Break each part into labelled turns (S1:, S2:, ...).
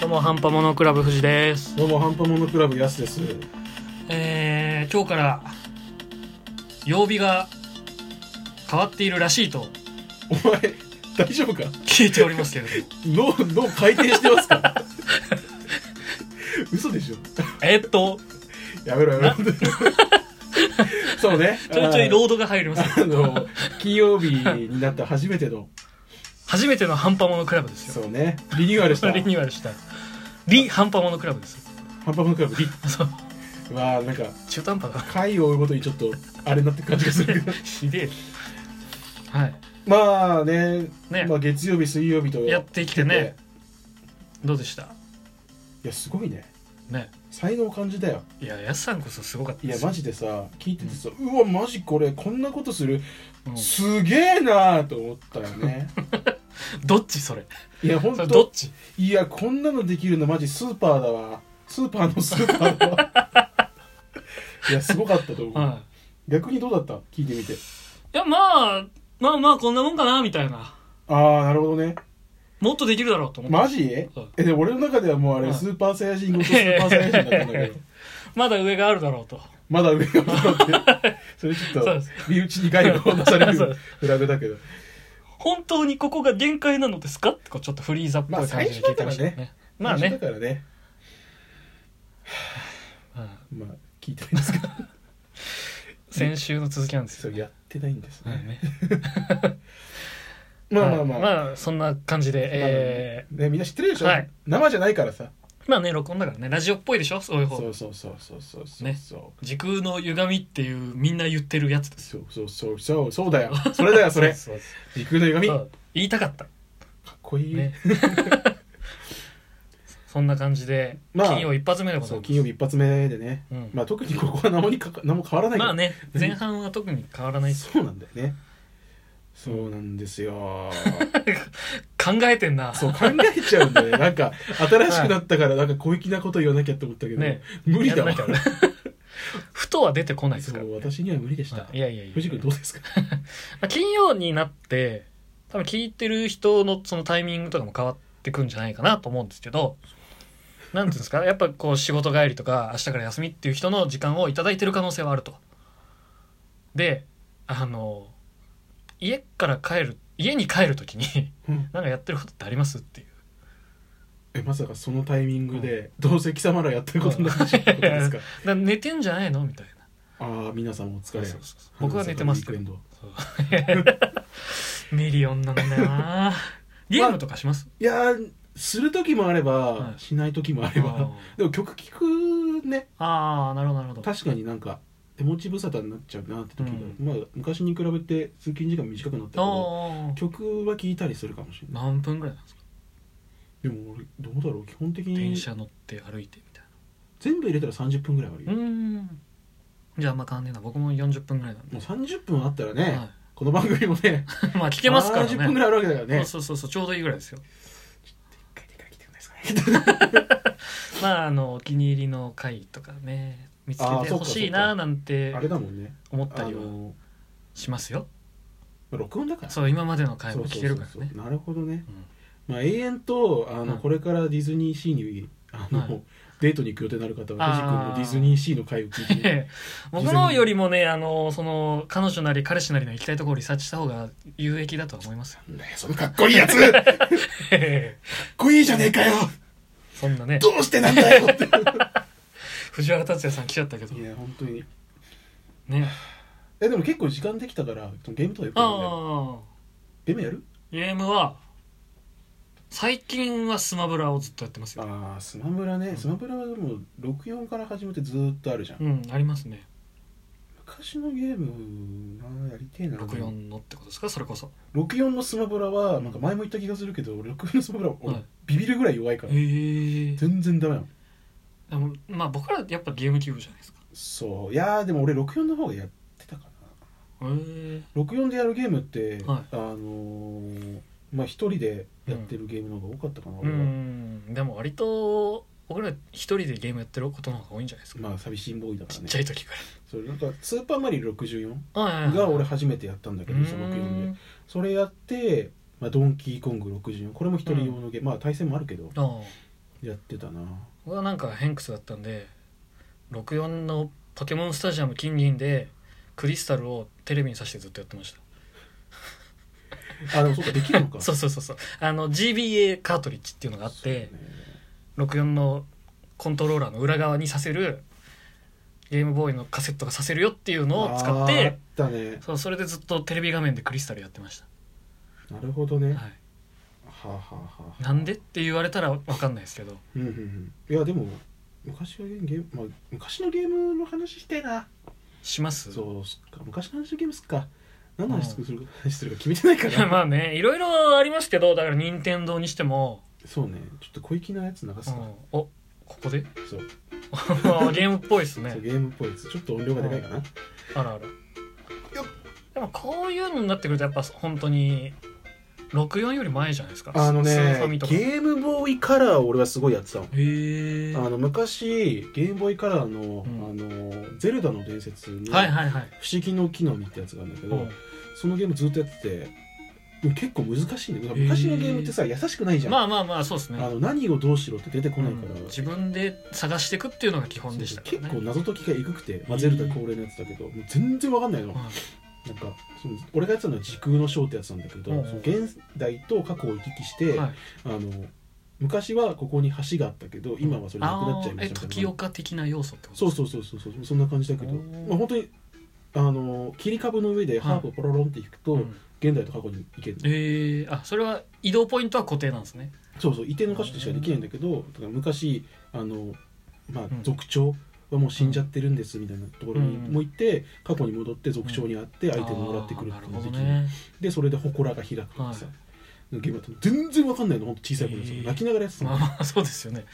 S1: どうも、ハンパモノクラブ藤です。
S2: どうも、ハンパモノクラブ、やすです。
S1: えー、今日から、曜日が変わっているらしいと
S2: お前、大丈夫か
S1: 聞いておりますけれども。
S2: 脳、脳回転してますか 嘘でしょ
S1: えっと、
S2: やめろやめろ。そうね。
S1: ちょいちょいロードが入ります。
S2: あの、金曜日になって初めての、
S1: 初めてのハンパモノクラブですよ。
S2: そうね、リニューアルした、
S1: リニューアルした。リ・ハンパモノクラブです。
S2: ハンパモノクラブ、リ。
S1: そう、
S2: は、なんか、
S1: 中途半端だな。
S2: 回を追うごとにちょっと、あれになってる感じがするけ ど。
S1: ひでえ。はい。
S2: まあね、
S1: ね
S2: まあ月曜日、水曜日と
S1: やってきてね。どうでした
S2: いや、すごいね。
S1: ね。
S2: 才能感じだよ。
S1: いや、やすさんこそすごかった
S2: い
S1: で
S2: や
S1: すよ
S2: マジでさ聞いててさ、うわマジこれこんなことする、
S1: うん
S2: すげえなーと思ったよ ね
S1: どっちそれ
S2: いや本
S1: それどっ
S2: 当
S1: ち
S2: いやこんなのできるのマジスーパーだわスーパーのスーパーだわ いやすごかったと思う、
S1: はい。
S2: 逆にどうだった聞いてみて
S1: いや、まあ、まあまあ、こんなもんかな、みたいな。
S2: ああなるほどね
S1: もっとできるだろうと思って。
S2: マジえ
S1: そう
S2: で俺の中ではもうあ
S1: う
S2: れ
S1: ん
S2: スーパーサイヤ人ごとスーパーサイヤ人だったん だけど
S1: まだ上があるだろうと。
S2: まだ上が残ってそれちょ
S1: そ
S2: っ
S1: う
S2: と
S1: です
S2: 身内に害を出され
S1: そ
S2: る
S1: う
S2: フラグだけど
S1: 本当にここが限界なのですかってこうちょっとフリーザっぽい感じで聞いてましたよね。まあ
S2: 最初
S1: ね。
S2: だからね
S1: うん
S2: まあ聞いてないんですけど
S1: 先週の続きなんです
S2: そ
S1: よ
S2: う。やってないんです
S1: は
S2: ね
S1: い、ね
S2: まあまあまあ、
S1: まあ、そんな感じで、え
S2: ね、みんな知ってるでしょ、
S1: はい
S2: 生じゃないからさ
S1: ー、まあね、録音だからね、ラジオっぽいでしょそういう
S2: そ
S1: 方
S2: う。そうそうそうそうそう、
S1: ね
S2: そう
S1: 時空の歪みっていうみんな言ってるやつです。
S2: そうそうそうそうそうだよそれだよそ れ
S1: そうそう
S2: 時空の歪
S1: そ
S2: みか
S1: う言いたかった。
S2: っこいい、
S1: ね。 そんな感じで、
S2: まあ
S1: 金曜一発目でござい
S2: そう
S1: ます。
S2: 金曜日一発目でね、
S1: うん
S2: まあ特にここは何もにかか何も変わらないけど
S1: まあね、前半は特に変わらないです
S2: そうなんだよねそうなんですよ
S1: 考えてんな。
S2: そう考えちゃうん だよねなんか新しくなったからなんか小粋なこと言わなきゃって思ったけど、
S1: ね
S2: 無理だわ
S1: や んなきゃねふとは出てこないです
S2: そ
S1: から。
S2: う私には無理でした、
S1: いやいやいや。
S2: 藤君どうですか
S1: まあ金曜になって、多分聞いてる人のそのタイミングとかも変わってくんじゃないかなと思うんですけど、なんていうんですか、やっぱこう仕事帰りとか明日から休みっていう人の時間をいただいてる可能性はあると。で、あの、家から帰る、家に帰るときに、
S2: うん
S1: なんかやってることってありますっていう。
S2: えまさかそのタイミングでどうせ貴様らやってることになってしまったことです か
S1: だから寝てんじゃないのみたいな。
S2: ああ皆さんお疲れ
S1: そうそうそう僕は寝てますけど
S2: ウィークエン
S1: そう ミリオンなんだよなゲームとかします、
S2: ドいやーする時もあれば、
S1: はい
S2: しない時もあればでも曲聴くね
S1: ああなるほどなるほど
S2: 確かになんか手持ち無沙汰になっちゃうなって時が、
S1: うん
S2: まあ昔に比べて通勤時間短くなったけ
S1: あ
S2: ど
S1: あ
S2: 曲は聴いたりするかもしれない
S1: 何分ぐらいなんですか
S2: でも俺どうだろう基本的
S1: 電
S2: に
S1: 車乗って歩いてみたい
S2: 全部入れたら30分ぐらいはあるよ
S1: なうーんじゃああんま変わんねえな僕も40分ぐらいなんで
S2: もう30分あったらね、
S1: は
S2: この番組もね
S1: い、ま あ聞けますからね
S2: 30分ぐらいあるわけだからね
S1: そうそうそうちょうどいいぐらいですよ
S2: 一回でかい来てください
S1: まああのお気に入りの回とかね見つけ
S2: あー
S1: てほしいなーなん て
S2: あれだもんね
S1: 思った
S2: あ
S1: りは
S2: の
S1: しますよ
S2: まあ録音だから
S1: そう今までの回も聞けるから
S2: そうそう
S1: ね
S2: そうなるほどね、まあ、永遠とあの、
S1: うん
S2: これからディズニーシーにあの、
S1: はい
S2: デートに行く予定のある方は藤君
S1: あー
S2: のディズニーシーの回を聞いてね、
S1: ええ僕のよりもねあのその彼女なり彼氏なりの行きたいところをリサーチした方が有益だとは思いますよ
S2: なんだよそのかっこいいやつかっこいいじゃねえかよ
S1: そんなね
S2: どうしてなんだ よって
S1: 藤原竜也さん来ちゃったけど
S2: いや本当に
S1: ね
S2: えでも結構時間できたからゲームとかよくやるんだよ
S1: ああ
S2: ゲームやる
S1: ゲームは最近はスマブラをずっとやってますよ
S2: ああスマブラね、スマブラはでも64から始めてずーっとあるじゃん、
S1: うんありますね
S2: 昔のゲームなやりてえな
S1: 64のってことですかそれこそ
S2: 64のスマブラはなんか前も言った気がするけど64のスマブラは俺
S1: はい
S2: ビビるぐらい弱いから、
S1: へえ
S2: 全然ダメなの
S1: でもまあ僕らやっぱゲームキューブじゃないですか
S2: そういやーでも俺64の方がやってたか
S1: へえ
S2: な64でやるゲームって、
S1: はい
S2: あのーまあ一人でやってるゲームの方が多かったかな、
S1: う
S2: 俺は
S1: んでも割と僕ら一人でゲームやってることの方が多いんじゃないですか
S2: まあ寂しいボーイだか
S1: ち
S2: ら
S1: っ
S2: ね
S1: ちゃい時から
S2: それなんか「スーパーマリオ64」
S1: あ
S2: が俺初めてやったんだけど、その64でそれやって、まあ、ドンキーコング64これも一人用のゲーム、まあ対戦もあるけど
S1: ああ
S2: やってたな
S1: 僕はなんか偏屈だったんで64のポケモンスタジアム金銀でクリスタルをテレビにさしてずっとやってました
S2: あでもそうかできるの か
S1: そうそうそうそうあの GBA カートリッジっていうのがあって、64のコントローラーの裏側にさせるゲームボーイのカセットがさせるよっていうのを使っ
S2: あーあ
S1: て
S2: ったね
S1: そうそれでずっとテレビ画面でクリスタルやってまし
S2: なるほどね
S1: た、
S2: は
S1: は、
S2: あ、はあはあはい
S1: なんでって言われたら分かんないですけど
S2: うんうんうんいやでも昔のゲーム、まあ、昔のゲームの話してえな
S1: します
S2: そうすっか昔の話のゲームすっか何の話するか話するか決めてないから
S1: まあねいろいろありますけどだから任天堂にしても、
S2: そうねちょっと小粋なやつ流
S1: う
S2: す
S1: ん
S2: か、
S1: おここで
S2: そう
S1: ゲームっぽいです
S2: そう
S1: ね
S2: ゲームっぽいやつちょっと音量がでかいかな、
S1: あらあらでもこういうのになってくるとやっぱ本当に64より前じゃないですか
S2: あのね
S1: スーファミとかへ
S2: ゲームボーイカラーを俺はすごいやってたの
S1: え
S2: あ
S1: は
S2: の昔ゲームボーイカラーの「
S1: うん
S2: あのゼルダの伝説」の「
S1: い
S2: 不
S1: はいはい、
S2: 思議の木の実」ってやつがあるんだけ
S1: う
S2: ど、
S1: ん
S2: そのゲームずっとやっててでも結構難しいんだけど
S1: へー
S2: 昔のゲームってさ優しくないじゃん、
S1: まあまあまあそうですね
S2: あの何をどうしろって出てこないから、
S1: うん自分で探していくっていうのが基
S2: そう
S1: 本でしたからね
S2: 結構謎解きがえぐくて、まあ、
S1: へー
S2: ゼルダ恒例のやつだけどもう全然わかんないの、
S1: はい
S2: なんかその俺がやってたのは「時空の章」ってやつなんだけど、
S1: うん
S2: その現代と過去を行き来して、
S1: はい
S2: あの昔はここに橋があったけど今はそれなくなっちゃいま
S1: あーえ
S2: したみたい
S1: 時
S2: な
S1: 岡的な要素ってこと
S2: そうそうそうそうそうそんな感じだけど、
S1: おー
S2: まあ、本当にあの切り株の上でハープをポロロンって弾くと、
S1: うん
S2: 現代と過去に行けるの
S1: ええあそれは移動ポイントは固定なんですね
S2: そうそう移転の箇所としかできないんだけどだから昔あの、まあ
S1: うん、
S2: 族長はもう死んじゃってるんですみたいなところに
S1: うん
S2: もう行って過去に戻って族長に会って相手をもらってくる
S1: あ
S2: っ
S1: ーなる
S2: てい
S1: ほ
S2: うのが
S1: ど
S2: できる
S1: ね
S2: でそれで祠が開くとかさ、
S1: は
S2: ゲームだと全然わかんないのほんと小さい頃ですよ
S1: へー
S2: 泣きながらやってた
S1: ま
S2: の、
S1: あまあそうですよね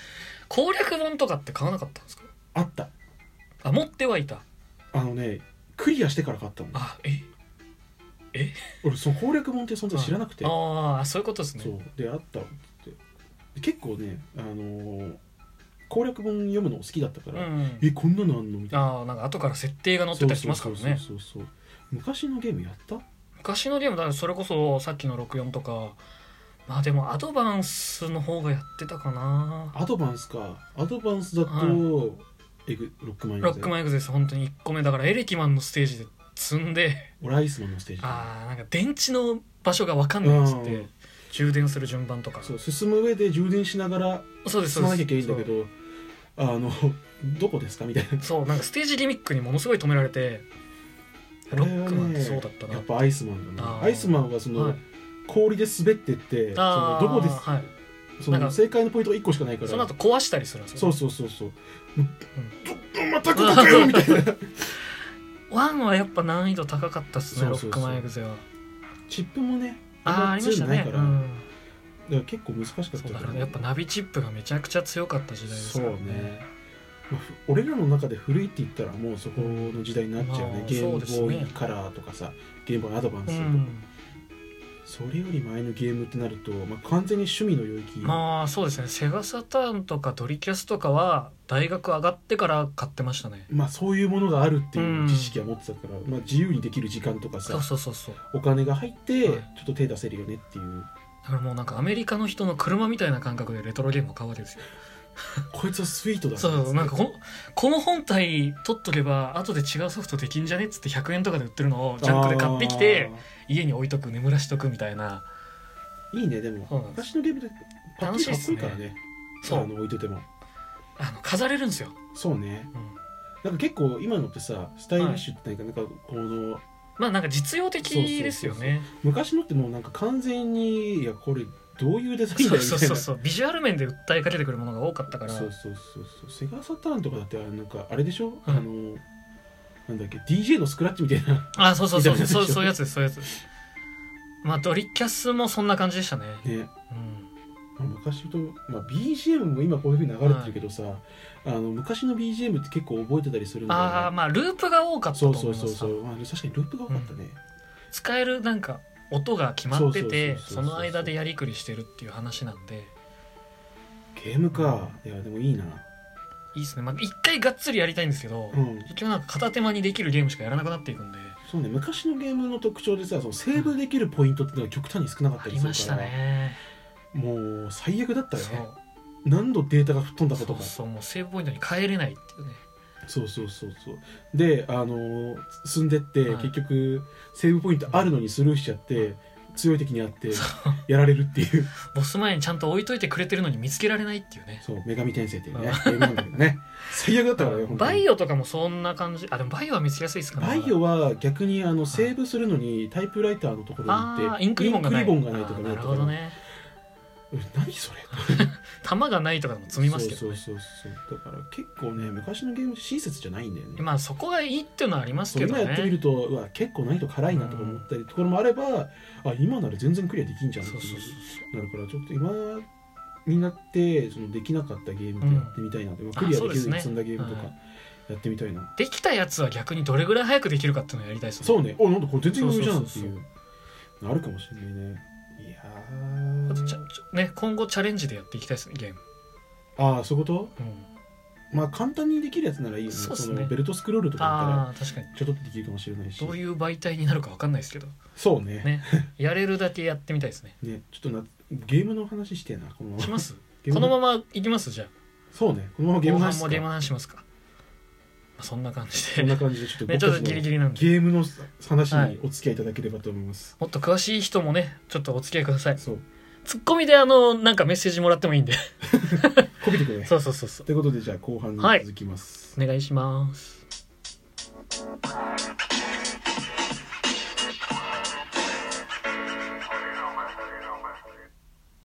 S1: 攻略本とかって買わなかったんですか
S2: あった
S1: あ持ってはいた
S2: あのねクリアしてから買ったの
S1: あえ
S2: 俺その攻略本って存在知らなくて、
S1: ああそういうことですね
S2: そうであったっつってで結構ねあのー攻略本読むの好きだったか
S1: う
S2: ら、
S1: ん
S2: えこんなのあんのみたいな
S1: ああなんか後から設定が載ってたりしますからね
S2: そうそうそうそう昔のゲームやった
S1: 昔のゲームだからそれこそさっきの64とかまあでもアドバンスの方がやってたかな
S2: アドバンスかアドバンスだと、
S1: は
S2: エグロックマンや
S1: ロックマンエグゼス本当に1個目だからエレキマンのステージで積んで
S2: 俺アイスマンのステージ
S1: あーなんか電池の場所が分かんないっつっ
S2: う
S1: て
S2: ん
S1: 充電する順番とか
S2: そう進む上で充電しながら
S1: そうです
S2: 進
S1: そう
S2: ま
S1: です
S2: なきゃいけないんだけどあのどこですかみたいな
S1: そうなんかステージリミックにものすごい止められてロックマンってそうだったな、
S2: やっぱアイスマンだ
S1: あ
S2: な
S1: ー
S2: アイスマンはその、
S1: はい
S2: 氷で滑ってってその
S1: あ
S2: どこです
S1: ーはい
S2: そ
S1: な
S2: の
S1: んか
S2: 正解のポイントが1個しかないから
S1: その後壊したりするんですよ
S2: そう
S1: ね
S2: そうそうそうもうどまたここかよみたいな
S1: ワンはやっぱ難易度高かったっすね
S2: そ
S1: ロ
S2: うそうそう
S1: ックマンエグゼは
S2: チップもね
S1: あーありました
S2: な
S1: ね
S2: い、か
S1: う
S2: らだか
S1: ん、
S2: ら結構難しかった
S1: そう
S2: か
S1: だ
S2: ら
S1: からやっぱナビチップがめちゃくちゃ強かった時代ですからね
S2: そうねまあふ俺らの中で古いって言ったらもうそこの時代になっちゃうね、
S1: まあ
S2: ゲー
S1: そ
S2: ムボ
S1: うです
S2: ーイ
S1: ね
S2: カラーとかさゲームボーイアドバンス
S1: う
S2: とか、
S1: ん
S2: それより前のゲームってなると、まあ、完全に趣味の領域、
S1: まあそうですねセガサターンとかドリキャスとかは大学上がってから買ってましたね
S2: まあそういうものがあるっていうんう知識は持ってたから、まあ、自由にできる時間とか
S1: そ
S2: さ
S1: うそうそうそう
S2: お金が入ってちょ
S1: はい
S2: っと手出せるよねっていう
S1: だからもうなんかアメリカの人の車みたいな感覚でレトロゲームを買うわけですよ
S2: こいつはスイートだ
S1: そうそうなんかこ
S2: こ
S1: のこの本体取っとけば後で違うソフトできんじゃねっつって100円とかで売ってるのをジャンクで買ってきて家に置いとく眠らしとくみたいない
S2: いねでも
S1: そうなんです
S2: 昔のゲームでパッケージかっこいいからね
S1: そ
S2: あ
S1: う
S2: の置いてても
S1: あの飾れるんですよ、
S2: そうね
S1: うん
S2: なんか結構今のってさスタイリッシュってないか、なんかこの
S1: まあなんか実用的ですよね
S2: 昔のってもうなんか完全にいやこれどういうデザインだ
S1: そう そ
S2: よみた
S1: う
S2: い
S1: そ
S2: な
S1: うそうビジュアル面で訴えかけてくるものが多かったから
S2: そうそうそうそうセガサターンとかだってあれなんかあれでしょ、
S1: うん
S2: あのなんだっけ DJ のスクラッチみたい な
S1: あそうそうそう
S2: みたいなやつでし
S1: そ
S2: ょ
S1: うそういうやつですそういうやつですまあドリキャスもそんな感じでしたね、う
S2: ね、
S1: ん、
S2: まあ、昔と、まあ、BGM も今こういうふうに流れてるけどさ、あの昔の BGM って結構覚えてたりするんだよね
S1: ああまあループが多かったと
S2: そ
S1: 思
S2: う
S1: い
S2: そう
S1: ます
S2: そうそう、まあ、確かにループが多かったね、
S1: 使えるなんか音が決まってて
S2: そうそうそうそう
S1: その間でやりくりしてるっていう話なんで
S2: ゲームかいやでもいいない
S1: いっすねまあ一回がっつりやりたいんですけど、
S2: うん
S1: 結局なんか片手間にできるゲームしかやらなくなっていくんで
S2: そうね昔のゲームの特徴でさそのセーブできるポイントっていうのが極端に少なかっ
S1: あ
S2: たり
S1: り
S2: するから、
S1: ましたね
S2: もう最悪だったよ
S1: そう
S2: ね何度データが吹っ飛んだか
S1: そ
S2: と
S1: う
S2: か
S1: そうもうセーブポイントに帰れないっていうね
S2: そうそうそうそうであの進んでって、
S1: はい
S2: 結局セーブポイントあるのにスルーしちゃって、
S1: うん
S2: 強い敵にあって
S1: そう
S2: やられるっていう
S1: ボス前にちゃんと置いといてくれてるのに見つけられないっていうね
S2: そう女神転生っていうねゲームなんだけどね最悪だったからね本当
S1: バ
S2: に
S1: イオとかもそんな感じあでもバイオは見つけやすいですかね
S2: バイオは逆にあのセーブするのにタイプライターのところに行
S1: あ
S2: っ
S1: あ
S2: て
S1: インクリボンがない
S2: インクリボンがないとか
S1: あーなるほどね
S2: うん何それ
S1: 弾がないとかでも積みますけど
S2: そうそうそうそうだから結構ね昔のゲームって親切じゃないんだよね
S1: まあそこがいいっていうのはあります
S2: そう
S1: けど
S2: 今やってみ
S1: ね
S2: るとうわ結構難易度辛いなとか思ったりところもあれば、あ今なら全然クリアできんじゃんって
S1: そうそうそう
S2: なるからちょっと今になってそのできなかったゲームってやってみたいな、でもクリアできずに
S1: あそ
S2: 積
S1: うんですね
S2: だゲームとかやってみたいな、
S1: できたやつは逆にどれぐらい早くできるかっていうのをやりたいですね
S2: そうねおなんだこれ全然余裕じゃんって
S1: そう
S2: い
S1: そうう
S2: あるかもしれないねいや
S1: あとちゃ
S2: ー
S1: ちょね今後チャレンジでやっていきたいですねゲーム、
S2: ああそういうこと
S1: うん、
S2: まあ簡単にできるやつならいいよね
S1: そうっすね
S2: のベルトスクロールとかだったら
S1: ああ確かに
S2: ちょっとできるかもしれないし
S1: どういう媒体になるかわかんないですけど
S2: そうね
S1: ねやれるだけやってみたいですね
S2: ねちょっとなゲームの話してえなこのまま
S1: します
S2: ゲーム
S1: このままいきますじゃあ
S2: そうねこのままゲー
S1: 後
S2: ムの
S1: 半
S2: 話
S1: も
S2: す
S1: ゲーム
S2: か
S1: の話しますか、まあ、そんな感じ
S2: そ
S1: で
S2: んな
S1: ね
S2: 感じでちょっと僕
S1: ちょっと
S2: た
S1: ギリ
S2: ちの
S1: ギリなんで
S2: ゲームの話にお付き合いいただければと思います、
S1: もっと詳しい人もねちょっとお付き合いください
S2: そう
S1: ツッコミであのなんかメッセージもらってもいいんで
S2: こびてくれ
S1: そうそうそうそう
S2: ということでじゃあ後半に
S1: はい
S2: 続きます、
S1: お願いします